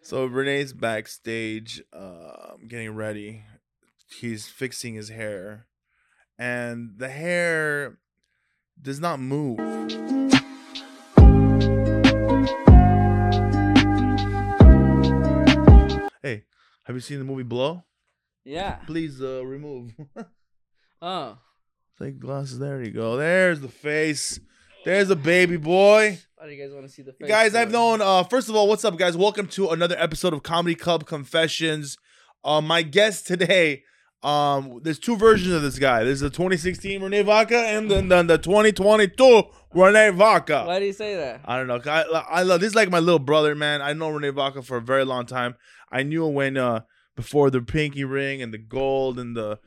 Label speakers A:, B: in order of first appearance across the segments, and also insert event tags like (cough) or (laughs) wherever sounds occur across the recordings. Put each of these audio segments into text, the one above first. A: so Renee's backstage, uh, getting ready. He's fixing his hair, and the hair does not move. Hey, have you seen the movie Blow?
B: Yeah.
A: Please uh, remove. (laughs)
B: Oh.
A: Take glasses. There you go. There's the face. There's a baby boy.
B: Why do you guys want to see the
A: You
B: face?
A: guys, I've
B: for it?
A: known. Uh, first of all, what's up, guys? Welcome to another episode of Comedy Club Confessions. Uh, my guest today, um, there's two versions of this guy. There's the 2016 Rene Vaca and then the, the 2022 Rene Vaca.
B: Why do you say that?
A: I don't know. 'cause I, I love this. Is like my little brother, man. I know Rene Vaca for a very long time. I knew him when uh, before the pinky ring and the gold and the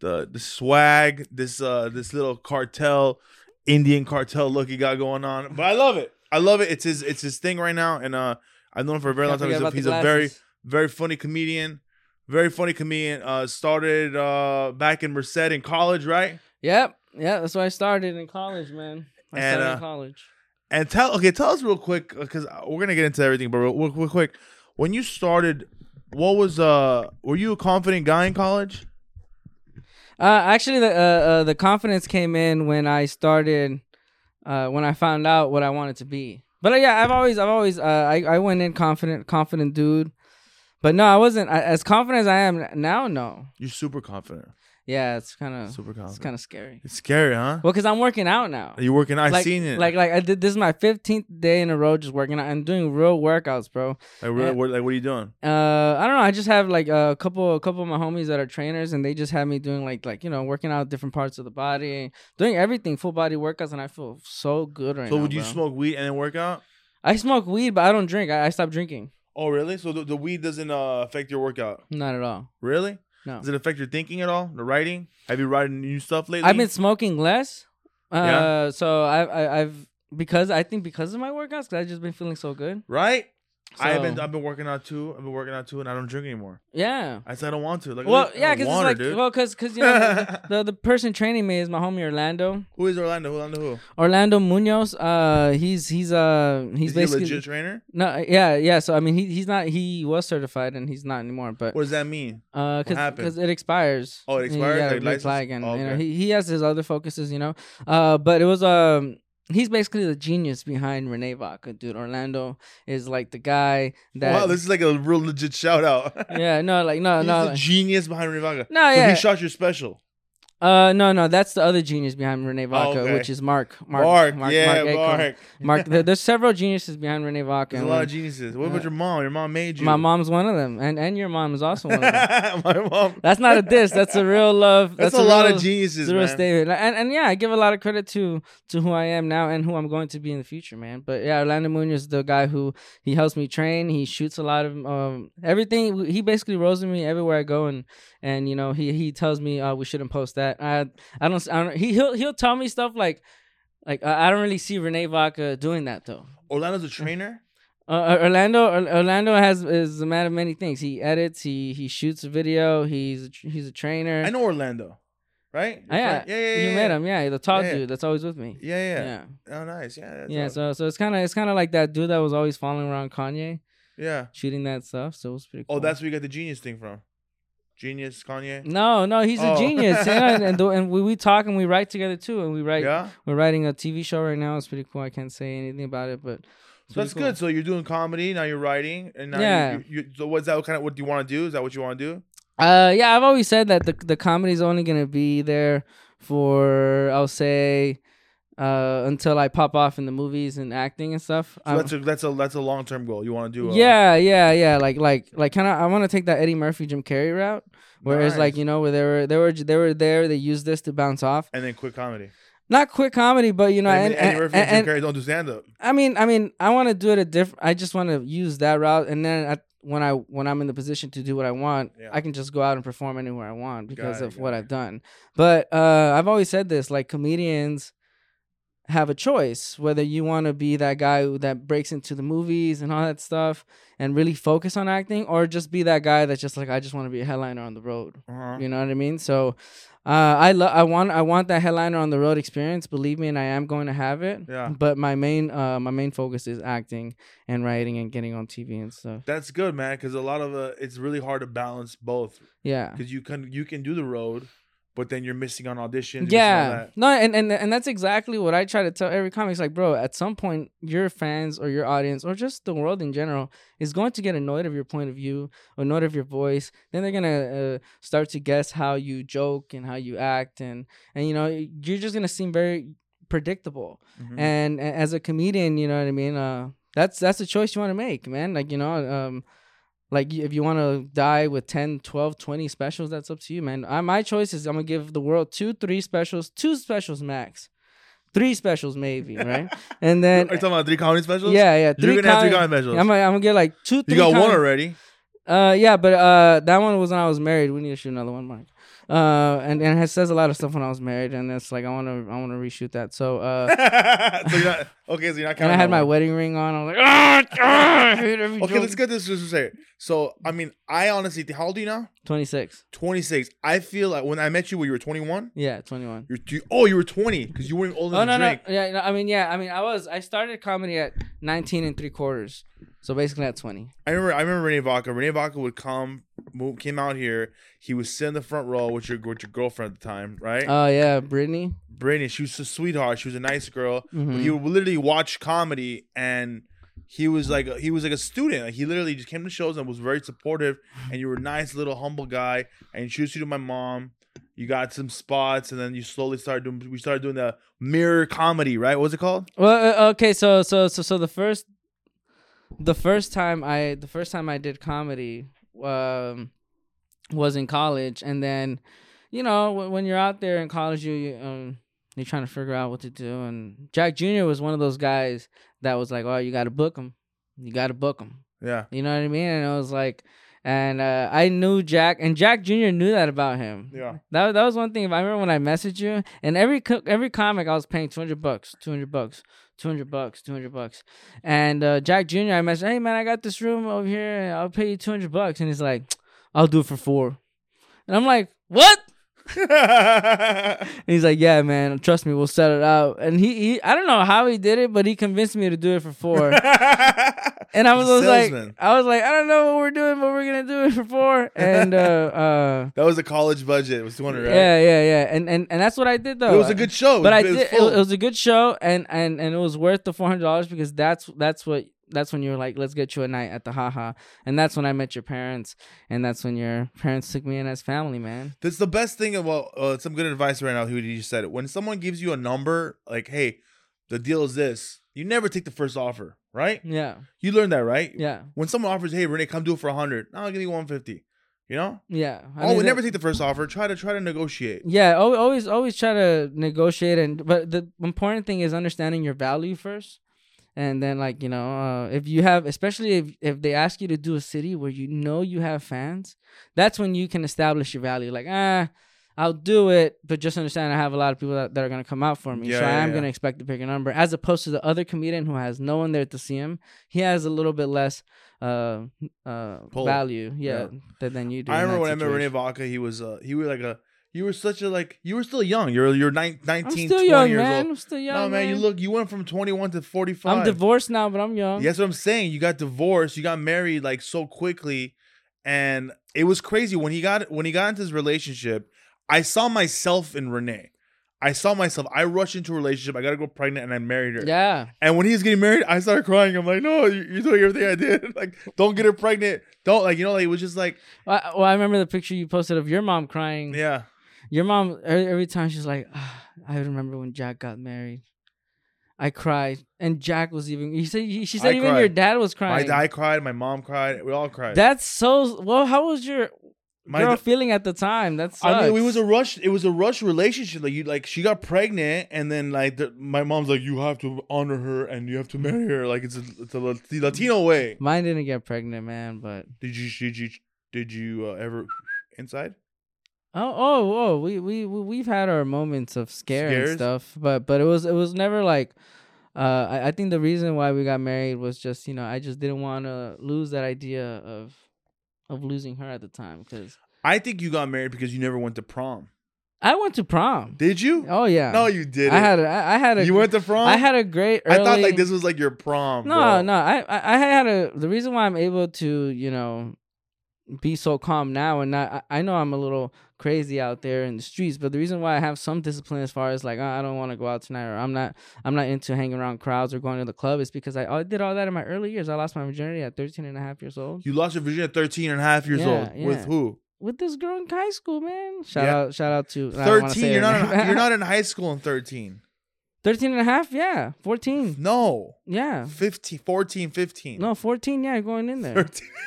A: the the swag. This uh this little cartel, Indian cartel look he got going on. But I love it. I love it. It's his it's his thing right now. And uh, I've known him for a very long
B: Can't
A: time.
B: forget
A: He's a, he's a
B: about the
A: very
B: glasses.
A: very funny comedian. Very funny comedian. Uh, started uh back in Merced in college, right?
B: Yep. Yeah, that's why I started in college, man. I
A: And,
B: started
A: uh,
B: in college.
A: And tell okay, tell us real quick because we're gonna get into everything, but real, real, real quick, when you started, what was uh, were you a confident guy in college?
B: Uh, actually, the uh, uh, the confidence came in when I started, uh, when I found out what I wanted to be. But uh, yeah, I've always, I've always, uh, I, I went in confident, confident dude. But no, I wasn't I, as confident as I am now. No,
A: You're super confident,
B: yeah, it's kind of,
A: super confident.
B: it's
A: It's,
B: kind of scary.
A: scary, huh?
B: Well, because I'm working out now.
A: You're working. I've
B: like,
A: seen it.
B: Like, like I did. This is my 15th day in a row just working out. I'm doing real workouts, bro.
A: like, really,
B: yeah.
A: what, like what are you doing?
B: Uh, I don't know. I just have like a couple, a couple of my homies that are trainers, and they just have me doing like, like you know, working out different parts of the body, doing everything, full body workouts, and I feel so good right
A: so
B: now.
A: would you
B: bro.
A: smoke weed and then work out?
B: I smoke weed, but I don't drink. I, I stopped drinking.
A: Oh, really? So the, the weed doesn't uh, affect your workout,
B: Not at all.
A: really?
B: No.
A: Does it affect your thinking at all? The writing? Have you written new stuff lately?
B: I've been smoking less. Uh,
A: Yeah?
B: so I, I, I've because I think because of my workouts, cause I've just been feeling so good.
A: right. I've
B: So-
A: been I've been working out too. I've been working out too, and I don't drink anymore.
B: Yeah.
A: I said I don't want to. Like,
B: Well,
A: I
B: yeah,
A: don't
B: because
A: want to,
B: it's like,
A: dude.
B: well, because you
A: (laughs)
B: know, the, the the person training me is my homie Orlando,
A: Who is Orlando? Orlando who?
B: Orlando Munoz. Uh, he's he's uh he's
A: is
B: basically
A: he a legit trainer?
B: no, yeah, yeah. So I mean, he he's not he was certified and he's not anymore, but
A: What does that mean?
B: uh,
A: What happened?
B: because it expires.
A: Oh, it
B: And
A: expires?
B: You gotta
A: Like, license?
B: reapply again.
A: Oh,
B: You know,
A: okay.
B: he he has his other focuses, you know. Uh, but it was um. He's basically the genius behind Rene Vaca, dude. Orlando is like the guy that.
A: wow, this is like a real legit shout out.
B: (laughs) yeah, (laughs) no, like no,
A: He's
B: no,
A: the
B: like-
A: genius behind Rivaga.
B: no,
A: so
B: yeah.
A: he shot your special.
B: Uh, no, no, that's the other genius behind Rene Vaca,
A: Oh, okay.
B: which is Mark. Mark,
A: Mark, yeah, Mark.
B: Mark. Aiko. Mark-
A: (laughs)
B: there- there's several geniuses behind Rene Vaca.
A: There's a
B: and
A: lot of geniuses. What about
B: Yeah.
A: your mom? Your mom made you. (laughs)
B: my mom's one of them, and and your mom is also one of them.
A: My mom.
B: That's not a diss. That's a real love.
A: That's,
B: That's,
A: a, lot
B: real-
A: of
B: it's
A: geniuses,
B: a real
A: man.
B: statement. And and yeah, I give a lot of credit to to who I am now and who I'm going to be in the future, man. But yeah, Orlando Munoz is the guy who he helps me train. He shoots a lot of um everything. He basically rolls with me everywhere I go, and and you know he he tells me uh, we shouldn't post that. I I don't I don't he he'll he'll tell me stuff like. Like I I don't really see Renee Vaca doing that though.
A: Orlando's a trainer.
B: Uh, Orlando Orlando has is a man of many things. He edits. He he shoots video. He's a tr- he's a trainer.
A: I know Orlando, right? Your
B: Yeah,
A: friend? yeah, yeah, yeah.
B: you
A: yeah.
B: met him. Yeah, the tall
A: Yeah, yeah.
B: dude that's always with me.
A: Yeah, yeah.
B: yeah,
A: Oh, nice. Yeah, that's
B: yeah.
A: awesome.
B: So so it's kind of it's kind of like that dude that was always following around Kanye,
A: yeah.
B: shooting that stuff. So it was pretty. cool.
A: Oh, that's where you got the genius thing from. Genius Kanye.
B: no, no. He's
A: Oh.
B: a genius, you know, and and, the- and we, we talk and we write together too, and we write.
A: Yeah.
B: We're writing a TV show right now. It's pretty cool. I can't say anything about it, but it's
A: So that's
B: pretty cool.
A: good. So you're doing comedy now. You're writing, and now
B: Yeah.
A: you, you, you, so what's that? What kind of what do you want to do? Is that what you want to do?
B: Uh, yeah, I've always said that the the comedy's only gonna be there for I'll say. Uh, until I pop off in the movies and acting and stuff.
A: So
B: Um,
A: that's a that's a that's a long term goal. You want to uh, do? A,
B: Yeah, yeah, yeah. Like, like, like, kind of. I want to take that Eddie Murphy, Jim Carrey route, where it's like
A: Nice.
B: you know, where they were, they were, they were there. They used this to bounce off.
A: and then quit comedy.
B: Not quick comedy, but you know,
A: I mean,
B: and,
A: Eddie
B: and-
A: Murphy and,
B: and-
A: Jim Carrey don't do stand up.
B: I mean, I mean, I want to do it a different. I just want to use that route, and then I, when I when I'm in the position to do what I want,
A: Yeah.
B: I can just go out and perform anywhere I want because
A: it,
B: of
A: got
B: what
A: it.
B: I've done. But uh, I've always said this: like comedians have a choice whether you want to be that guy who, that breaks into the movies and all that stuff and really focus on acting, or just be that guy that's just like I just want to be a headliner on the road.
A: Uh-huh.
B: You know what I mean? So Uh, I love. I want. I want that headliner on the road experience. Believe me, and I am going to have it.
A: Yeah.
B: But my main, uh, my main focus is acting and writing and getting on TV and stuff.
A: That's good, man, because a lot of uh, it's really hard to balance both.
B: Yeah.
A: Because you can you can do the road, but then you're missing on auditions. you're missing on
B: Yeah.
A: that.
B: No, and, and and that's exactly what I try to tell every comic. It's like, bro, at some point your fans or your audience or just the world in general is going to get annoyed of your point of view, annoyed of your voice. Then they're gonna uh, start to guess how you joke and how you act and and you know, you're just gonna seem very predictable.
A: Mhm.
B: And a- as a comedian, you know what I mean? Uh that's that's a choice you want to make, man. Like, you know, um like y- if you want to die with 10 12 20 specials that's up to you man I, my choice is i'm gonna give the world two three specials two specials max three specials
A: (laughs)
B: maybe right and
A: Are
B: then
A: you talking about three comedy specials?
B: yeah yeah 3
A: You're gonna have three
B: comic-
A: comedy specials.
B: I'm gonna, I'm gonna get like two three
A: you got one
B: comic-
A: already. (laughs)
B: uh, yeah, but uh, that one was when I was married. We need to shoot another one, Mark. Uh, and and it says a lot of stuff when I was married, and it's like I wanna I wanna reshoot that. So uh,
A: so you're not, okay, so you're not
B: and
A: counting.
B: I had
A: that
B: my
A: one.
B: wedding ring on. I was like, ah, ah, I hate every
A: Okay,
B: joke."
A: let's get this just straight. So I mean, I honestly, think- how old are you now?
B: 26.
A: 26. I feel like when I met you, when you were 21.
B: Yeah, 21.
A: You're you, oh, you were 20 because you weren't old
B: Oh
A: enough
B: no
A: to drink.
B: no yeah no, I mean yeah I mean I was I started comedy at 19 and three quarters, so basically at 20.
A: I remember I remember Renee Vaca. Renee Vaca would come move, came out here. He would sit in the front row with your with your girlfriend at the time, right?
B: Oh yeah, Brittany.
A: Brittany, she was a sweetheart. She was a nice girl. But
B: Mhm.
A: he would literally watch comedy, and he was like a, he was like a student. Like, he literally just came to shows and was very supportive. And you were a nice little humble guy. And introduced you to my mom. You got some spots, and then you slowly started doing. We started doing the mirror comedy, right? What was it called?
B: Well, uh, okay, so so so so the first, the first time I the first time I did comedy um, was in college, and then, you know, wh- when you're out there in college, you, you um, you're trying to figure out what to do, and Jack Jr. was one of those guys that was like, oh, you got to book him, you got to book him,
A: Yeah,
B: you know what I mean? And I was like, and uh, I knew Jack, and Jack Jr. knew that about him.
A: yeah.
B: That that was one thing. If I remember when I messaged you, and every co- every comic I was paying two hundred bucks, two hundred bucks, two hundred bucks, two hundred bucks, and uh, Jack Junior, I messaged, hey man, I got this room over here, I'll pay you two hundred bucks, and he's like, I'll do it for four, and I'm like, what? And he's like, yeah man, trust me, we'll set it out, and he, he I don't know how he did it, but he convinced me to do it
A: (laughs)
B: for four. And I was,
A: He's a
B: like,
A: salesman.
B: I was like, I don't know what we're doing, but we're gonna do it for four.
A: (laughs)
B: And uh, uh,
A: (laughs) that was a college budget. It was 200, right?
B: yeah, yeah, yeah. And, and and that's what I did though.
A: It was a good show.
B: but
A: it,
B: I
A: was
B: did. It,
A: full.
B: it was a good show, and and and it was worth the four hundred dollars because that's that's what that's when you were like, let's get you a night at the haha, and that's when I met your parents, and that's when your parents took me in as family, man.
A: That's the best thing about uh, some good advice right now. Who you just said it. When someone gives you a number, like, hey, the deal is this. You never take the first offer, right?
B: Yeah,
A: You learned that, right?
B: yeah,
A: When someone offers, hey, Renee, come do it for 100. No, I'll give you 150. You know?
B: yeah. I
A: oh,
B: mean,
A: we
B: that-
A: never take the first offer. Try to try to negotiate.
B: Yeah, al- always always try to negotiate and but the important thing is understanding your value first. And then like, you know, uh, if you have especially if if they ask you to do a city where you know you have fans, that's when you can establish your value like, ah, I'll do it, but just understand I have a lot of people that, that are gonna come out for me.
A: Yeah,
B: so I
A: yeah,
B: am
A: yeah.
B: gonna expect a bigger number. As opposed to the other comedian who has no one there to see him, he has a little bit less uh uh
A: Pull.
B: value, yeah,
A: Yeah.
B: than, than you do.
A: I
B: in
A: remember when
B: that
A: I met Renee
B: situation.
A: Vaca, he was uh, he was like a you were such a like you were still young. You're you're nine, 19,
B: I'm still
A: 20
B: young,
A: years
B: man.
A: old.
B: I'm still young.
A: No, man, you
B: man.
A: look you went from 21 to 45.
B: I'm divorced now, but I'm young.
A: Yeah, That's what I'm saying. You got divorced. You got married like so quickly, and it was crazy when he got when he got into his relationship. I saw myself in Renee. I saw myself. I rushed into a relationship. I got to go pregnant, and I married her.
B: Yeah.
A: And when he was getting married, I started crying. I'm like, no, you- you're doing everything I did. (laughs) like, don't get her pregnant. Don't like, you know, like it was just like,
B: Well, I- well, I remember the picture you posted of your mom crying.
A: yeah,
B: Your mom e- every time she's like, "Ah, I remember when Jack got married. I cried, and Jack was even. He said he- she said
A: I
B: even
A: cried.
B: your dad was
A: my
B: crying.
A: dad cried, my mom cried, we all cried.
B: That's so. Well, how was your
A: my
B: girl feeling at the time? That's.
A: I mean, it was a rush. It was a rush relationship. Like you, like she got pregnant, and then like the, my mom's like, you have to honor her and you have to marry her. Like it's a, it's a Lat- the Latino way.
B: Mine didn't get pregnant, man. But
A: Did you did you did you uh, ever inside?
B: oh, oh, whoa, we we we- we've had our moments of scare
A: Scares?
B: and stuff, but but it was it was never like. Uh, I, I think the reason why we got married was just you know I just didn't want to lose that idea of of losing her at the time because
A: I think you got married because you never went to prom.
B: I went to prom.
A: Did you?
B: Oh yeah.
A: No, you didn't.
B: I had a, I I had a
A: you went to prom.
B: I had a great.
A: I thought like
B: early-
A: this was like your prom.
B: No,
A: bro.
B: no. I, I I had a the reason why I'm able to you know be so calm now and not I, I know I'm a little crazy out there in the streets, but the reason why I have some discipline as far as like oh, I don't want to go out tonight or I'm not I'm not into hanging around crowds or going to the club is because I, I did all that in my early years. I lost my virginity at 13 and a half years old
A: You lost your virginity at 13 and a half years
B: Yeah,
A: old. With
B: yeah.
A: who?
B: with this girl in high school, man. Shout
A: Yeah.
B: out shout out to I don't wanna
A: 13.
B: say
A: You're
B: her
A: not.
B: name.
A: In,
B: (laughs)
A: you're not in high school in 13.
B: 13 and a half, yeah. 14.
A: No.
B: Yeah.
A: 15, 14, 15.
B: No, 14, yeah, going in there.
A: 13. (laughs)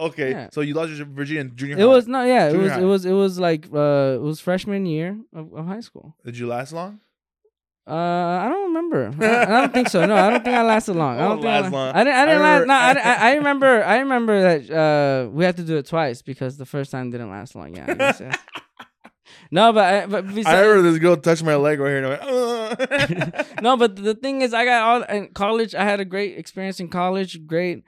A: okay,
B: Yeah.
A: so you lost your virginity in junior
B: It
A: high.
B: was no, yeah. It
A: Junior
B: was
A: high.
B: it was it was like uh, it was freshman year of, of high school.
A: Did you last long?
B: Uh, I don't remember. I, I don't think so. No, I don't think I lasted long. I
A: I (laughs) don't
B: don't think I,
A: Oh, last
B: la-
A: long.
B: I didn't. I
A: I
B: didn't
A: remember- (laughs)
B: last. No, I, I, I remember. I remember that uh, we had to do it twice because the first time didn't last long. Yeah. I
A: (laughs)
B: guess, yeah. no, but I, but besides,
A: I remember this girl touched my leg right here and I went,
B: (laughs)
A: "Ugh."
B: no, but the thing is, I got all in college. I had a great experience in college, great,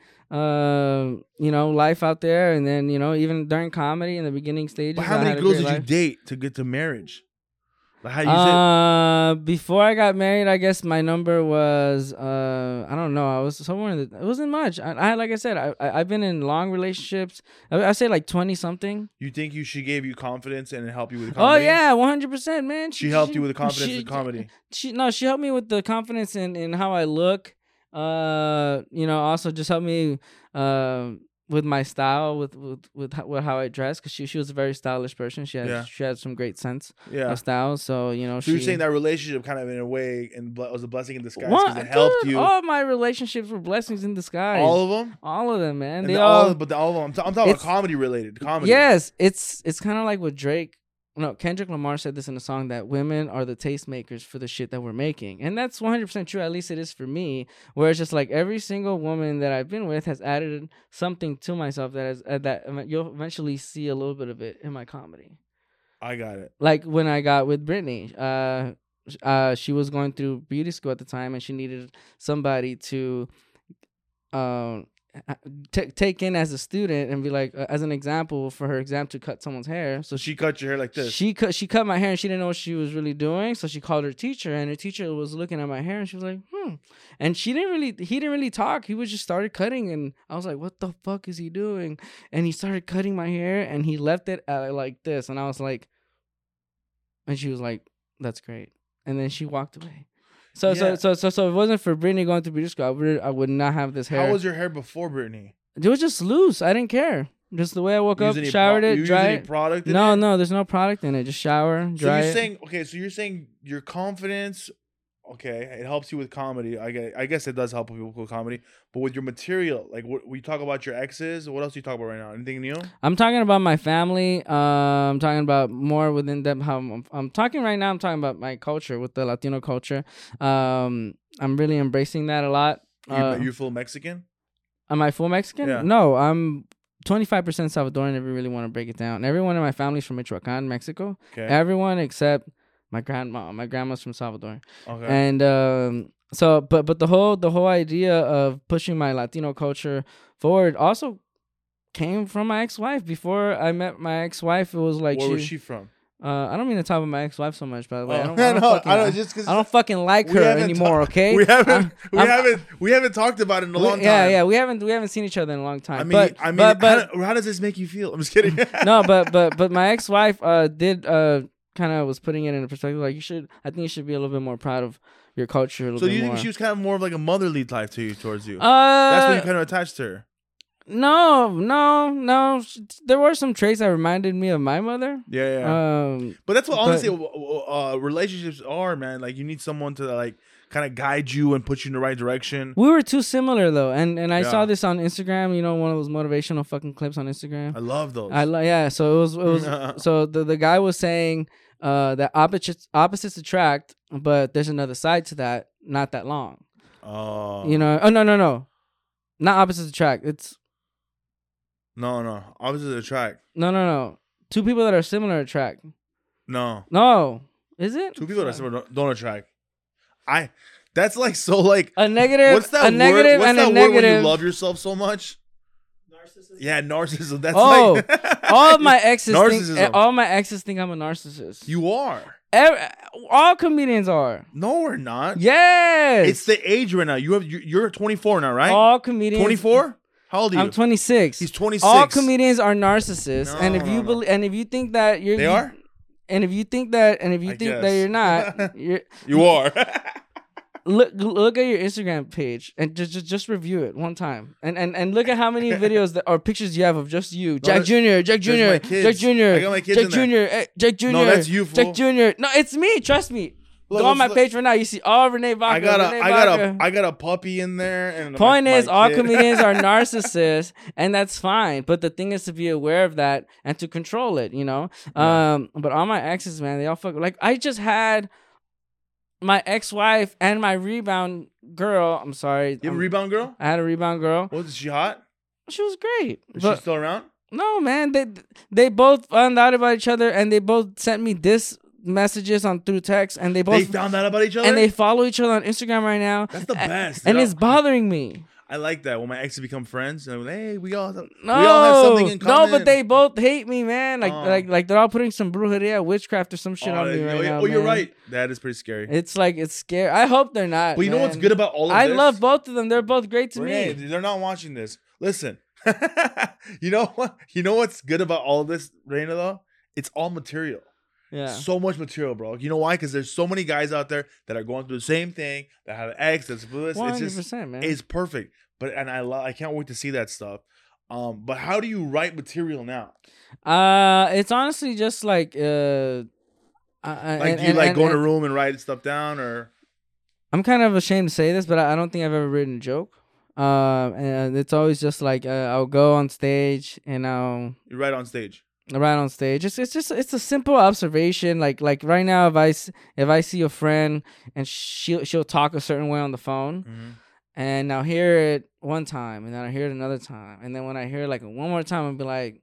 B: um, you know, life out there, and then you know, even during comedy in the beginning stages.
A: But how
B: I had
A: many
B: a
A: girls
B: great
A: did you
B: life.
A: date to get to marriage? Like how you said,
B: Uh, before I got married, I guess my number was uh, I don't know. I was somewhere in the. It wasn't much. I, I like I said, I, I I've been in long relationships. I, I say like twenty something.
A: you think you she gave you confidence and helped you with
B: Oh
A: comedy?
B: yeah, one hundred percent, man.
A: She helped you with the confidence
B: (laughs) she-
A: in comedy.
B: she no she helped me with the confidence in in how i look uh you know also just helped me um with my style with with with how, with how i dress because she, she was a very stylish person she had
A: Yeah.
B: she had some great sense
A: Yeah.
B: of style so you know
A: So
B: she
A: you're saying that relationship kind of in a way and ble- was a blessing in disguise
B: What?
A: because it helped
B: Dude,
A: you.
B: all my relationships were blessings in disguise
A: All of them?
B: all of them man
A: And
B: they
A: the-
B: all,
A: all, of- but the, all of them. I'm, t- I'm talking about
B: It's-
A: comedy related. Comedy.
B: Yes, it's it's kind of like what Drake. No, Kendrick Lamar said this in a song that women are the tastemakers for the shit that we're making. And that's 100% true. At least it is for me, where it's just like every single woman that I've been with has added something to myself that is uh, that ev- you'll eventually see a little bit of it in my comedy.
A: I got it.
B: Like when I got with Brittany, uh, sh- uh, she was going through beauty school at the time and she needed somebody to um, t- take in as a student and be like uh, as an example for her exam to cut someone's hair.
A: So
B: So
A: she cut your hair like this.
B: she cut she cut my hair and she didn't know what she was really doing. So she called her teacher and her teacher was looking at my hair and she was like, hmm. And she didn't really he didn't really talk. He was just started cutting and I was like, what the fuck is he doing? And he started cutting my hair and he left it at like this. And I was like, and she was like, That's great. And then she walked away. So
A: Yeah.
B: so so so so if it wasn't for Brittany going to beauty school, I would I would not have this hair.
A: How was your hair before Brittany?
B: it was just loose. I didn't care. Just the way I woke
A: You
B: up,
A: use any
B: showered
A: pro- you
B: it,
A: use
B: dry
A: any
B: it.
A: product. in
B: No,
A: it?
B: no, there's no product in it. Just shower,
A: So
B: dry
A: you're
B: it.
A: saying okay? So you're saying your confidence. Okay, it helps you with comedy. I guess, I guess it does help people with comedy, but with your material, like what we talk about your exes. What else do you talk about right now? Anything new?
B: I'm talking about my family. Uh, I'm talking about more within depth how I'm, I'm talking right now. I'm talking about my culture with the Latino culture. Um, I'm really embracing that a lot.
A: You,
B: Uh,
A: you full Mexican?
B: am I full Mexican?
A: Yeah.
B: No, I'm 25% Salvadoran. If you really want to break it down, everyone in my family's from Michoacan, Mexico.
A: Okay.
B: Everyone except my grandma. My grandma's from Salvador.
A: okay.
B: and um so but but the whole the whole idea of pushing my latino culture forward also came from my ex-wife before i met my ex-wife it was like
A: Where
B: she,
A: was she from?
B: uh i don't mean to talk about my ex-wife so much by the way i
A: Oh,
B: don't, I
A: (laughs)
B: don't,
A: no,
B: fucking, I don't,
A: just because
B: fucking like (laughs)
A: We
B: her
A: haven't
B: anymore okay
A: (laughs) we haven't
B: I-
A: we
B: I'm-
A: haven't we haven't talked about it in a
B: we-
A: long time.
B: yeah yeah we haven't we haven't seen each other in a long time
A: I mean,
B: but
A: I mean,
B: but, but
A: how, do- how does this make you feel? (laughs) I'm just kidding.
B: (laughs) no, but but but my ex-wife uh did uh kind of was putting it in perspective like you should I think you should be a little bit more proud of your culture a little
A: So
B: bit
A: you
B: more.
A: think she was kind of more of like a motherly type to you towards you?
B: uh
A: That's when you kind of attached to her.
B: no, no, no. Sh- There were some traits that reminded me of my mother.
A: Yeah, yeah.
B: Um
A: but that's what
B: but-
A: honestly w- w- uh, relationships are, man. Like you need someone to like kind of guide you and put you in the right direction.
B: we were too similar though. And and I
A: Yeah.
B: saw this on Instagram, you know, one of those motivational fucking clips on Instagram.
A: I love those.
B: I li- yeah, so it was it
A: (laughs)
B: was so the the guy was saying uh that opposites opposites attract, but there's another side to that, not that long.
A: oh
B: You know, oh no, no, no, not opposites attract. It's
A: no, no, opposites attract.
B: no, no, no. Two people that are similar attract.
A: No,
B: No, is it
A: two people that are similar don't, don't attract. I. That's like so like.
B: A negative,
A: What's that
B: a negative,
A: word? What's
B: and
A: that
B: a
A: word
B: negative.
A: when you love yourself so much?
C: narcissism.
A: Yeah, narcissism. That's
B: Oh,
A: like
B: All of
A: (laughs)
B: my exes
A: Narcissism.
B: think eh, all my exes think I'm a narcissist.
A: you are.
B: Every, all comedians are.
A: No, we're not.
B: Yes.
A: It's the age right now. You have you- you're 24 now, right?
B: all comedians.
A: 24? How old are you?
B: I'm 26.
A: He's 26.
B: All comedians are narcissists, and
A: No,
B: if
A: no,
B: you
A: no.
B: believe, and if you think that you're,
A: They are?
B: and if you think that, and if you
A: I
B: think that
A: guess. (laughs)
B: you're not, you're,
A: You are. (laughs)
B: look look at your Instagram page and just just, just review it one time, and, and and look at how
A: (laughs)
B: many videos that, or pictures you have of just you, Jack
A: that-
B: Junior, Jack
A: there's my
B: Junior,
A: kids.
B: Jack Junior,
A: I got my kids
B: Jack
A: in there.
B: Junior, eh, Jack Junior.
A: that's you, fool.
B: Jack Junior. No, it's me. Trust me.
A: Look,
B: Go on
A: let's
B: my
A: look.
B: page right now. You see all Renee Vaca.
A: I got a
B: Renee
A: I got
B: Vaca.
A: a I got a puppy in there and my-
B: Point is,
A: my
B: all
A: kid.
B: comedians
A: (laughs)
B: are narcissists, and that's fine. But the thing is to be aware of that and to control it, you know. Um, but all my exes, man, they all fuck. Like I just had my ex-wife and my rebound girl. I'm sorry,
A: You have a
B: um,
A: rebound girl?
B: I had a rebound girl.
A: Was she hot?
B: She was great,
A: Is
B: but
A: she still around?
B: no, man, they they both found out about each other, and they both sent me diss messages on through text, and they
A: They
B: both
A: found out about each other.
B: and they follow each other on Instagram right now.
A: That's the
B: a-
A: best.
B: and
A: dude.
B: it's bothering me.
A: I like that when my exes become friends. And I'm like, hey, we all
B: No,
A: we all have something in common.
B: no, but they both hate me, man. Like,
A: Oh.
B: like, like they're all putting some brujeria, witchcraft, or some shit
A: oh,
B: on me
A: yeah,
B: right
A: yeah.
B: now.
A: oh, you're
B: man.
A: right. That is pretty scary.
B: It's like it's scary. I hope they're not.
A: but you know what's
B: man.
A: good about all of
B: I
A: this?
B: love both of them. They're both great to
A: Renee,
B: me.
A: they're not watching this. Listen, (laughs) you know what? You know what's good about all this, Raina? Though it's all material.
B: Yeah.
A: So much material, bro. You know why? Because there's so many guys out there that are going through the same thing. That have ex. That's this.
B: One
A: It's
B: hundred
A: just
B: percent, man.
A: it's perfect. But and I love. I can't wait to see that stuff. Um, but how do you write material now?
B: Uh, it's honestly just like uh, I, I-
A: Like
B: and-
A: do you
B: and-
A: like
B: and-
A: go in a
B: and-
A: room and write stuff down, or
B: I'm kind of ashamed to say this, but I, I don't think I've ever written a joke. Um, and it's always just like uh, I'll go on stage and I'll
A: you write on stage?
B: right on stage. It's it's just it's a simple observation. Like like right now, if I s- if I see a friend and she she'll talk a certain way on the phone, and I'll hear it one time, and then I will hear it another time, and then when I hear it like one more time, I'll be like,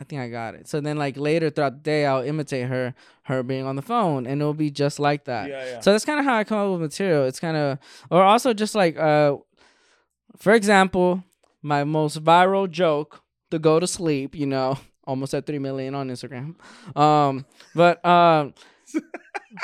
B: I think I got it. So then like later throughout the day, I'll imitate her her being on the phone, and it'll be just like that.
A: Yeah, yeah.
B: So that's kind of how I come up with material. It's kind of, or also just like, uh, for example, my most viral joke, the go to sleep, you know, (laughs) almost at 3 million on Instagram. Um, but,
A: (laughs)
B: um,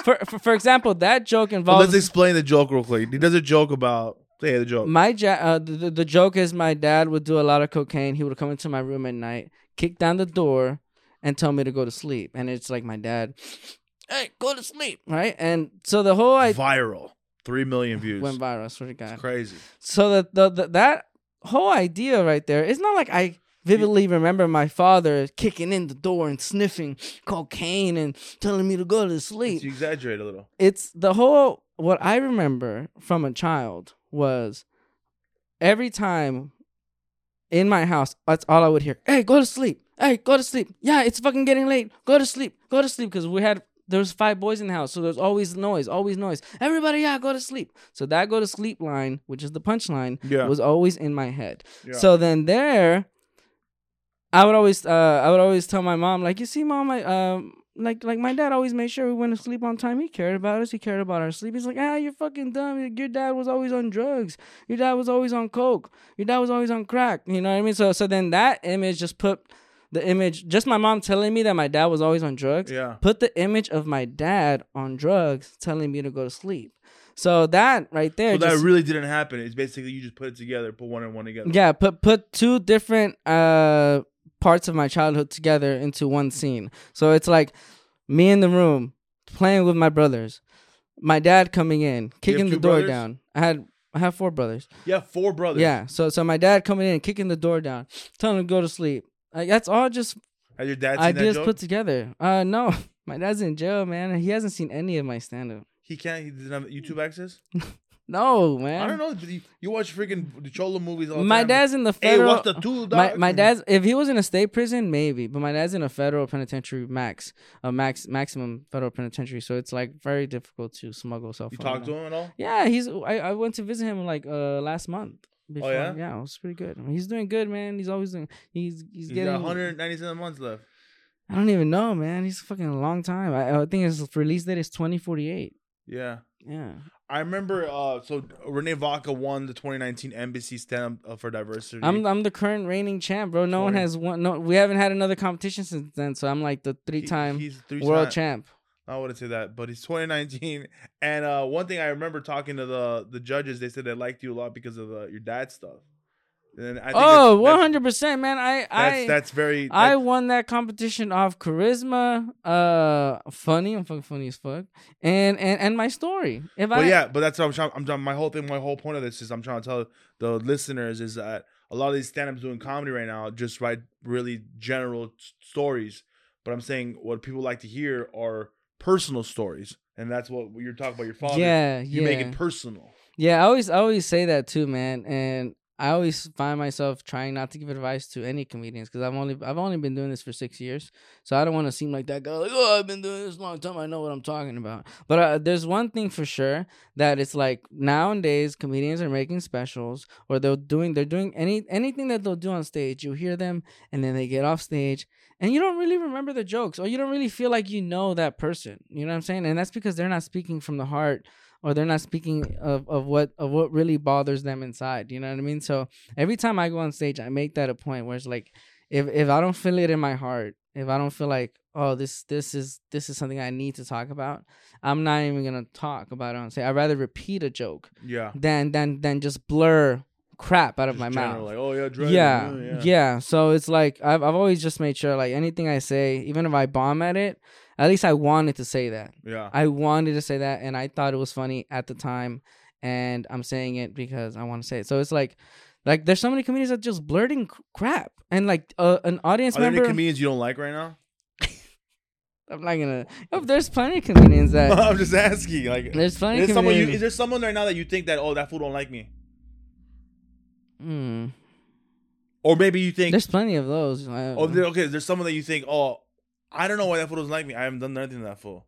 B: for, for, for example, that joke
A: Well, let's
B: involves
A: explain the joke real quick. He does a joke about say the joke.
B: um, my ja- uh, the, the- the joke is my dad would do a lot of cocaine. He would come into my room at night, kick down the door, and tell me to go to sleep. And it's like my dad, hey, go to sleep, right? And so the whole idea
A: viral, three million views.
B: went viral. I swear to God.
A: It's crazy.
B: So that the, the that whole idea right there, it's not like I vividly remember my father kicking in the door and sniffing cocaine and telling me to go to
A: It's- You
B: sleep.
A: exaggerate a little.
B: It's the whole what I remember from a child was every time in my house, that's all I would hear. Hey, go to sleep. Hey, go to sleep. Yeah, it's fucking getting late. Go to sleep. Go to sleep. Because we had there was five boys in the house, so there's always noise, always noise. Everybody, yeah, go to sleep. So that go to sleep line, which is the punchline,
A: Yeah.
B: was always in my head.
A: Yeah.
B: So then there, I would always uh, I would always tell my mom like, you see, mom, I um. Like, like my dad always made sure we went to sleep on time. He cared about us. He cared about our sleep. He's like, ah, you're fucking dumb. Like, Your dad was always on drugs. Your dad was always on coke. Your dad was always on crack. You know what I mean? So, so then that image just put the image, just my mom telling me that my dad was always on drugs
A: yeah.
B: put the image of my dad on drugs telling me to go to sleep. So that right there
A: So that
B: just-
A: really didn't happen. It's basically you just put it together, put one and one together.
B: yeah, put put two different uh parts of my childhood together into one scene. So it's like me in the room playing with my brothers. My dad coming in, kicking the
A: two
B: door
A: brothers? Oh,
B: down. I had I have four brothers.
A: Yeah, four brothers.
B: Yeah. So so my dad coming in, kicking the door down, telling him to go to sleep. Like that's all just
A: Has your dad seen that
B: ideas
A: joke?
B: put together. Uh no. (laughs) My dad's in jail, man, and he hasn't seen any of my stand up.
A: he can't. He doesn't have YouTube access.
B: No, man.
A: I don't know. You, you watch freaking the Cholo movies all the
B: My
A: time.
B: dad's in the
A: Hey,
B: federal.
A: what's the two?
B: my
A: dog?
B: my dad's if he was in a state prison, maybe, but my dad's in a federal penitentiary max, a max maximum federal penitentiary. So it's like very difficult to smuggle cell
A: You
B: phone
A: talk
B: in.
A: to him at all?
B: Yeah, he's. I, I went to visit him like uh last month. Before.
A: Oh, yeah?
B: yeah, it was pretty good. He's doing good, man. He's always doing. He's
A: He's
B: he's getting.
A: got 197 months left.
B: I don't even know, man. He's fucking a long time. I, I think his release date is twenty forty eight.
A: Yeah.
B: Yeah.
A: I remember. Uh, so Renee Vaca won the 2019 NBC Stand Up for Diversity.
B: I'm I'm the current reigning champ, bro. No one
A: Sorry.
B: has won. No, we haven't had another competition since then. So I'm like the three
A: He-
B: time
A: he's three
B: world
A: time-
B: champ.
A: I wouldn't say that, but he's 2019. And uh, one thing I remember talking to the the judges, they said they liked you a lot because of uh, your dad stuff. And I think
B: Oh,
A: that's-
B: 100 percent, man. I
A: That's,
B: I
A: that's, that's very.
B: I
A: that's-
B: won that competition off charisma, uh, funny. I'm fucking funny as fuck, and and and my story. If I
A: But yeah, but that's what I'm trying. I'm trying. My whole thing, my whole point of this is I'm trying to tell the listeners is that a lot of these stand-ups doing comedy right now just write really general s- stories. But I'm saying what people like to hear are personal stories, and that's what you're talking about. Your father,
B: yeah,
A: you
B: yeah.
A: make it personal.
B: Yeah, I always I always say that too, man, and I always find myself trying not to give advice to any comedians because I've only I've only been doing this for six years, so I don't want to seem like that guy. Like, oh, I've been doing this a long time. I know what I'm talking about. But uh, there's one thing for sure that it's like nowadays comedians are making specials or they're doing they're doing any anything that they'll do on stage. You hear them and then they get off stage and you don't really remember the jokes or you don't really feel like you know that person. You know what I'm saying? And that's because they're not speaking from the heart or they're not speaking of, of what of what really bothers them inside. You know what I mean? So every time I go on stage, I make that a point where it's like, if if I don't feel it in my heart, if I don't feel like, oh, this this is this is something I need to talk about, I'm not even gonna talk about it on stage. I'd rather repeat a joke
A: Yeah,
B: than than than just blur crap out of
A: Just
B: my
A: general,
B: mouth.
A: Like, oh yeah, Dre,
B: Yeah, yeah, So it's like I've I've always just made sure like anything I say, even if I bomb at it, at least I wanted to say that.
A: yeah.
B: I wanted to say that, and I thought it was funny at the time, and I'm saying it because I want to say it. So it's like, like there's so many comedians that just blurting c- crap, and like uh, an audience
A: Are there any
B: member.
A: comedians you don't like right
B: (laughs)
A: now? (laughs)
B: I'm not gonna. Oh, there's plenty of
A: (laughs)
B: comedians that.
A: I'm just asking. Like, is
B: There's plenty
A: there,
B: of
A: someone you,
B: comedians.
A: is there someone right now that you think that oh that fool don't like me,
B: Hmm.
A: or maybe you think
B: There's plenty of those. I-
A: oh there, okay, there's someone that you think oh I don't know why that fool doesn't like me. I haven't done nothing to that (laughs) fool.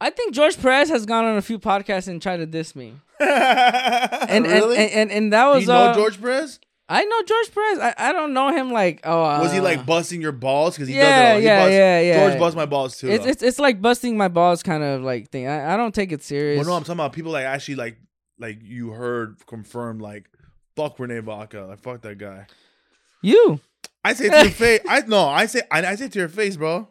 B: I think George Perez has gone on a few podcasts and tried to diss
A: (laughs)
B: me, and
A: and
B: and, and, and and that was
A: you know
B: uh,
A: George Perez?
B: I know George Perez. I, I don't know him like oh. Uh,
A: Was he like busting your balls? Because he
B: yeah,
A: does it. He
B: yeah,
A: busts-
B: yeah, yeah.
A: George busts my balls too.
B: It's,
A: though.
B: it's it's like busting my balls kind of like thing. I, I don't take it serious.
A: Well, no, I'm talking about people like actually like like you heard confirmed like fuck Renee Vaca, like fuck that guy.
B: you.
A: I say
B: (laughs)
A: to your face. I no. I say. I, I say to your face, bro.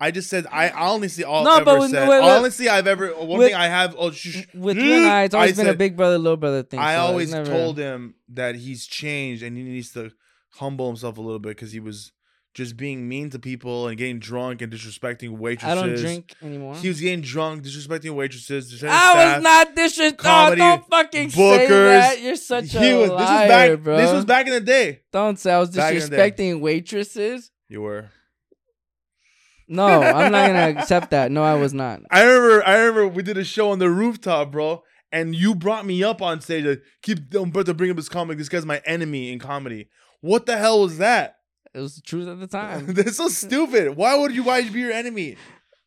A: I just said. I honestly all
B: No,
A: ever
B: but with-
A: said.
B: with- with-
A: honestly, I've ever one
B: with-
A: thing I have. Oh, sh-
B: With you and I, it's always been a
A: said-
B: big brother, little brother thing.
A: I
B: so it's
A: always
B: never-
A: told him that he's changed and he needs to humble himself a little bit because he was just being mean to people and getting drunk and disrespecting waitresses.
B: I don't drink anymore.
A: He was getting drunk, disrespecting waitresses. disrespecting
B: I
A: staff.
B: was not disrespectful.
A: comedy,
B: Don't fucking say
A: bookers.
B: that. You're such
A: He
B: a
A: was-
B: liar,
A: this was back.
B: bro.
A: This was back in the day.
B: Don't say I was
A: back in the day.
B: disrespecting waitresses.
A: You were. (laughs)
B: No, I'm not gonna accept that. No, I was not.
A: I remember, I remember we did a show on the rooftop, bro, and you brought me up on stage. Like, keep Umberto bring up his comic. This guy's my enemy in comedy. What the hell was that?
B: It was the truth at
A: (laughs)
B: the time.
A: That's so stupid. Why would you? Why would you be your enemy?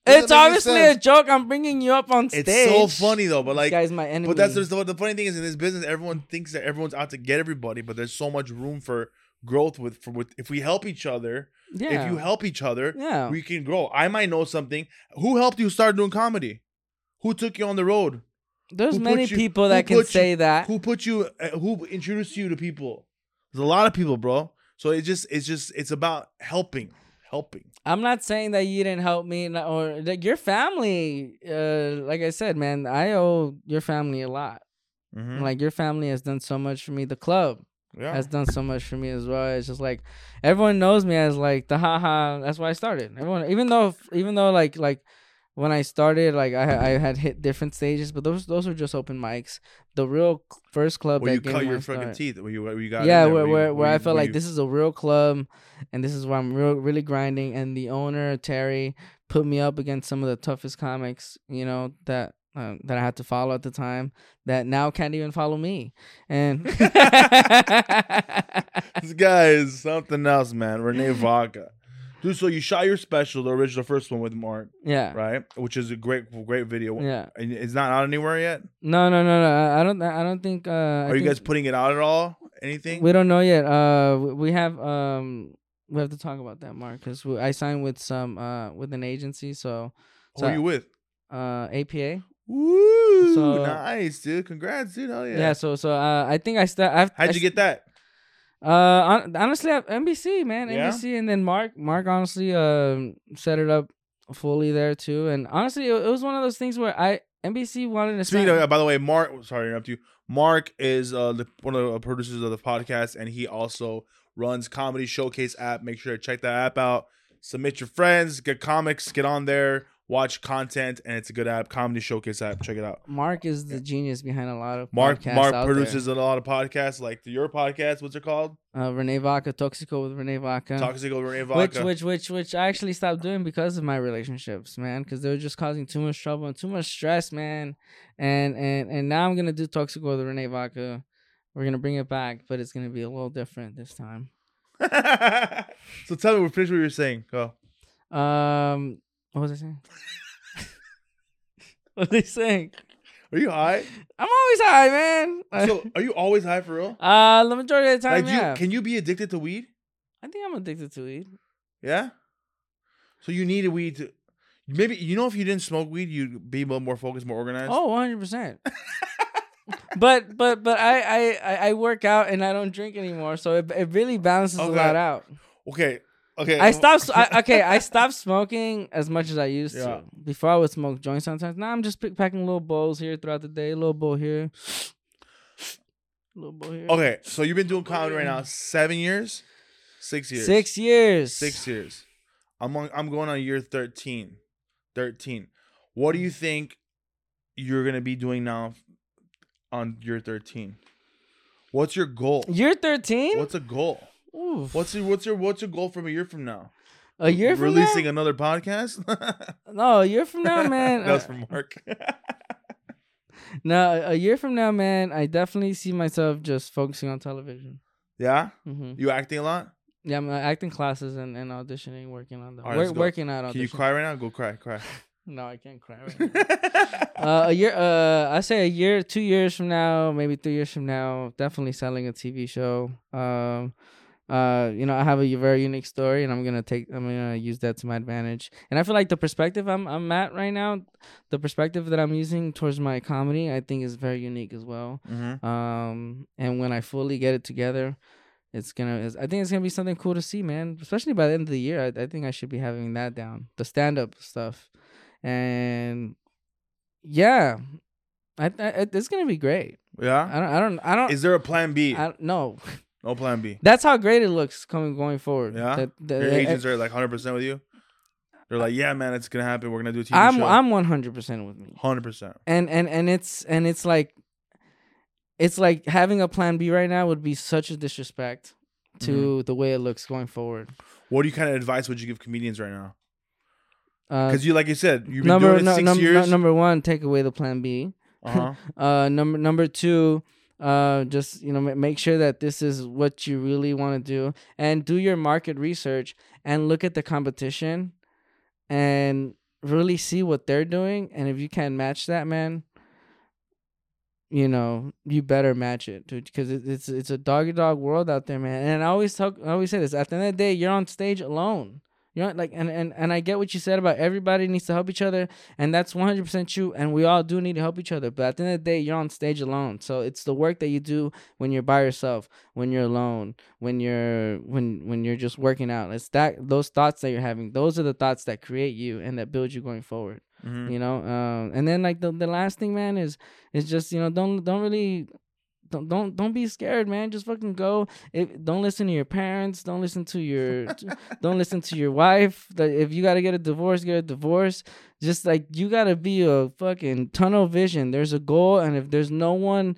A: Doesn't
B: it's
A: make any
B: obviously a
A: sense.
B: joke. I'm bringing you up on stage.
A: It's so funny though, but
B: This
A: like,
B: guy's my enemy.
A: but that's the, the funny thing is in this business, everyone thinks that everyone's out to get everybody, but there's so much room for growth with for with if we help each other.
B: yeah.
A: If you help each other,
B: yeah.
A: we can grow. I might know something. Who helped you start doing comedy? Who took you on the road?
B: There's
A: who
B: many
A: put you-
B: people
A: who
B: that can
A: put you-
B: say that.
A: who put you uh, who introduced you to people there's a lot of people bro so it's just it's just it's about helping helping
B: I'm not saying that you didn't help me n- or like your family. Uh, like I said, man, I owe your family a lot. Like your family has done so much for me. The club
A: Mm-hmm. yeah
B: has done so much for me as well. It's just like everyone knows me as like the haha. That's why I started. Everyone, even though even though like like when I started, like I I had hit different stages, but those those were just open mics. The real c- first club
A: where
B: that
A: you
B: gave
A: cut
B: me
A: your
B: my
A: fucking
B: start.
A: teeth where you, where you got in
B: yeah,
A: there,
B: where
A: you-
B: where, where I
A: you-
B: felt like
A: you-
B: this is a real club, and this is where I'm real, really grinding. And the owner Terry put me up against some of the toughest comics, you know that um, that I had to follow at the time that now can't even follow me.
A: (laughs)
B: And (laughs)
A: this guy is something else man
B: (laughs)
A: renee vaca dude so you shot your special the original first one with mark
B: yeah,
A: right which is a great great video
B: yeah,
A: And it's not out anywhere yet
B: no, no, no, no. I- I don't, I don't think. Uh,
A: are you guys putting it out at all anything
B: We don't know yet. Uh, w- we have um. We have to talk about that, Mark, because I signed with some uh with an agency, so
A: who are you with
B: uh, APA.
A: Woo!
B: So-
A: nice, dude. Congrats, dude. Hell
B: Yeah.
A: yeah.
B: so so uh, I think I st- I've,
A: How'd you get that?
B: Uh, hon- honestly, I- NBC man,
A: Yeah?
B: NBC, and then Mark, Mark honestly, um, set it up fully there too. And honestly, it, it was one of those things where I NBC wanted to.
A: Speaking
B: sign-
A: of, uh, by the way, Mark. Sorry to interrupt you. Mark is uh, the, one of the producers of the podcast, and he also runs Comedy Showcase app. Make sure to check that app out. Submit your friends, get comics, get on there, watch content, and it's a good app. Comedy Showcase app. Check it out.
B: Mark is the genius behind a lot of
A: Mark
B: podcasts
A: Mark
B: out
A: produces a lot of podcasts, like your podcast. What's it called?
B: there. uh, Renee Vaca, Toxico with Renee Vaca.
A: Toxic over Renee
B: which
A: Vodka.
B: which which which I actually stopped doing because of my relationships, man, because they were just causing too much trouble and too much stress, man. And and and now I'm gonna do toxic with Renee Vaca. We're gonna bring it back, but it's gonna be a little different this time.
A: (laughs) so tell me, we're finished. What you were saying? Go.
B: Um, what was I saying? (laughs) what was I saying?
A: Are you
B: (laughs)
A: high?
B: I'm always high, man.
A: So are you always high for real?
B: (laughs) uh, the majority of the time,
A: Like, do you,
B: yeah.
A: can you be addicted to weed?
B: I think I'm addicted to weed.
A: Yeah. So you need a weed to maybe you know if you didn't smoke weed you'd be mo- more focused, more organized.
B: Oh,
A: (laughs)
B: 100 percent. But but but I, I I- I work out and I don't drink anymore, so it, it really balances a
A: Okay.
B: lot out.
A: Okay. Okay.
B: I stopped.
A: (laughs)
B: I, okay, I stopped smoking as much as I used
A: Yeah.
B: to. Before I would smoke joints sometimes. Now I'm just pick, packing little bowls here throughout the day. Little bowl here, little bowl here.
A: Okay. So you've been doing comedy right now seven years, six years,
B: six years.
A: six years. I'm on, I'm going on year thirteen. Thirteen. What do you think you're gonna be doing now on year thirteen? What's your goal?
B: You're 13.
A: What's a goal?
B: Oof.
A: What's your what's your what's your goal from a year from now?
B: a year from
A: Releasing another podcast? (laughs)
B: now? No, a year from now, man.
A: that was
B: uh,
A: from Mark.
B: no, a year from now, man. I definitely see myself just focusing on television.
A: (laughs) yeah,
B: hmm
A: you acting a lot.
B: Yeah, I'm uh, acting classes and, and auditioning, working on them.
A: All right,
B: Wor-
A: let's go.
B: working out auditioning.
A: Can you cry right now? Go cry, cry.
B: No, I can't cry. Right
A: (laughs)
B: now. (laughs) uh, a year, uh, I say a year, two years from now, maybe three years from now, definitely selling a TV show. Um, uh, you know, I have a very unique story, and I'm gonna take, I'm gonna use that to my advantage. And I feel like the perspective I'm I'm at right now, the perspective that I'm using towards my comedy, I think is very unique as well.
A: Mhm.
B: Um, and when I fully get it together, it's gonna, it's, I think it's gonna be something cool to see, man. Especially by the end of the year, I, I think I should be having that down, the stand up stuff, and yeah, I, I it- it's gonna be great.
A: Yeah.
B: I don't, I don't, I don't,
A: Is there a plan B?
B: I don't know.
A: No plan B.
B: (laughs) That's how great it looks coming going forward.
A: Yeah?
B: That- that- eh,
A: Your
B: that-
A: agents are like 100 percent with you. They're like, yeah, man, it's gonna happen. We're gonna do a TV
B: I'm
A: show.
B: I'm 100 percent with me,
A: 100 percent.
B: and and and it's and it's like, it's like having a plan B right now would be such a disrespect
A: Mm-hmm.
B: to the way it looks going forward.
A: What do you kind of advice would you give comedians right now?
B: Uh,
A: Because you, like you said, you've been
B: number
A: doing it
B: no-
A: six
B: num- no-
A: years.
B: number one, take away the plan B. (laughs)
A: uh-huh.
B: Uh, number number two, uh, just you know ma- make sure that this is what you really want to do, and do your market research and look at the competition, and really see what they're doing, and if you can't match that, man. You know, you better match it, dude, because it, it's it's a doggy dog world out there, man. And I always talk, I always say this. At the end of the day, you're on stage alone. You know, like, and, and, and I get what you said about everybody needs to help each other, and that's 100% true. And we all do need to help each other. But at the end of the day, you're on stage alone. So it's the work that you do when you're by yourself, when you're alone, when you're when when you're just working out. It's that those thoughts that you're having. Those are the thoughts that create you and that build you going forward
A: Mhm.
B: you know um and then like the, the last thing man is is just you know don't don't really don't don't don't be scared man just fucking go if, don't listen to your parents don't listen to your don't listen to your wife Like, if you gotta get a divorce get a divorce just like you gotta be a fucking tunnel vision there's a goal and if there's no one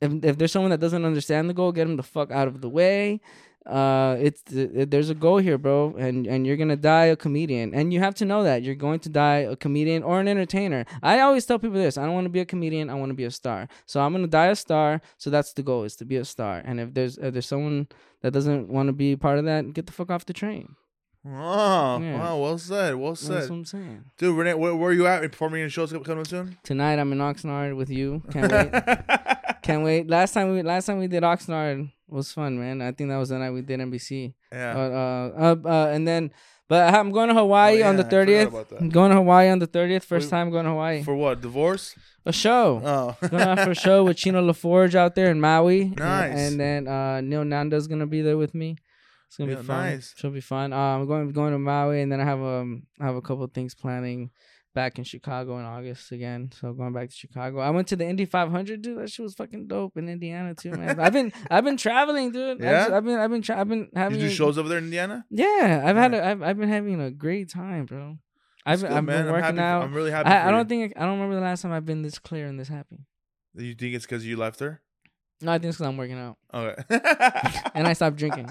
B: if, if there's someone that doesn't understand the goal get them the fuck out of the way uh it's th- th- there's a goal here bro and and you're gonna die a comedian and you have to know that you're going to die a comedian or an entertainer i always tell people this i don't want to be a comedian i want to be a star so i'm gonna die a star so that's the goal is to be a star and if there's if there's someone that doesn't want to be part of that get the fuck off the train
A: Oh,
B: Yeah.
A: wow, well said, well
B: that's
A: said,
B: what i'm saying
A: dude. Renee, where, where are you at? Performing in shows coming soon?
B: tonight i'm in oxnard with you can't
A: (laughs)
B: wait Can't wait. Last time we last time we did Oxnard was fun, man. I think that was the night we did NBC.
A: Yeah.
B: Uh, uh, uh, uh, and then, but I'm going to Hawaii
A: Oh,
B: on the
A: yeah, I forgot
B: 30th.
A: about that.
B: I'm going to Hawaii on the 30th. First
A: Wait,
B: time going to Hawaii.
A: For what? Divorce?
B: a show.
A: Oh.
B: going
A: (laughs)
B: out for a show with Chino LaForge out there in Maui. And-
A: Nice.
B: And, then uh, Neil Nanda's gonna be there with me. It's gonna
A: Yeah,
B: be fun.
A: nice.
B: She'll be fun. Uh, I'm going going to Maui, and then I have um I have a couple of things planning back in Chicago in August again. So going back to Chicago. I went to the Indy 500, dude. That shit was fucking dope in Indiana too, man.
A: (laughs)
B: I've been I've been traveling, dude.
A: Yeah?
B: I've, I've been I've been tra- I've been
A: you
B: having
A: do
B: a-
A: shows over there in Indiana?
B: Yeah, I've had
A: Yeah.
B: a, I've I've been having a great time, bro. I've
A: That's
B: been,
A: good, man.
B: I've been
A: I'm happy
B: working
A: for-
B: out.
A: I'm really happy.
B: I, I
A: for
B: don't
A: you.
B: think I don't remember the last time I've been this clear and this happy.
A: You think it's because you left her?
B: No, I think it's because I'm working out.
A: (laughs) Okay.
B: and I stopped
A: (laughs)
B: drinking.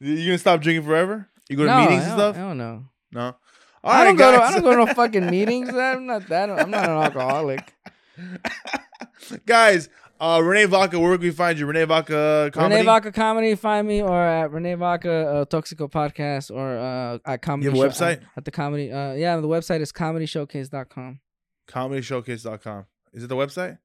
A: you gonna stop drinking forever? You go to
B: no,
A: meetings
B: I
A: and
B: don't-
A: stuff?
B: I don't know.
A: No. All
B: I
A: right,
B: don't go. To, I
A: guys.
B: don't go to no
A: (laughs)
B: fucking meetings. I'm not that. I'm not an alcoholic.
A: guys, uh, Renee Vaca, where can we find you? Renee Vaca comedy.
B: Renee Vaca comedy. Find me or at Renee Vaca uh, Toxico podcast or uh, at comedy.
A: You have a
B: Show-
A: website?
B: at the comedy. Uh, yeah, the website is comedyshowcase.com.
A: comedyshowcase.com. Is it the website?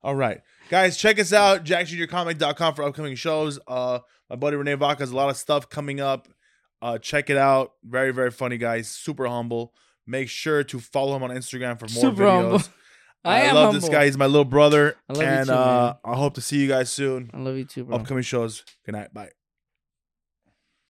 A: All right. Guys, check us out, jackjuniorcomic.com for upcoming shows. Uh my buddy Renee Vaca has a lot of stuff coming up. Uh check it out. Very, very funny guys. Super humble. Make sure to follow him on Instagram for more
B: Super
A: videos. (laughs)
B: humble. I, am
A: love
B: humble.
A: this guy. He's my little brother.
B: I love you
A: and
B: too,
A: uh I hope to see you guys soon.
B: I love you too, bro.
A: Upcoming shows. Good night. Bye.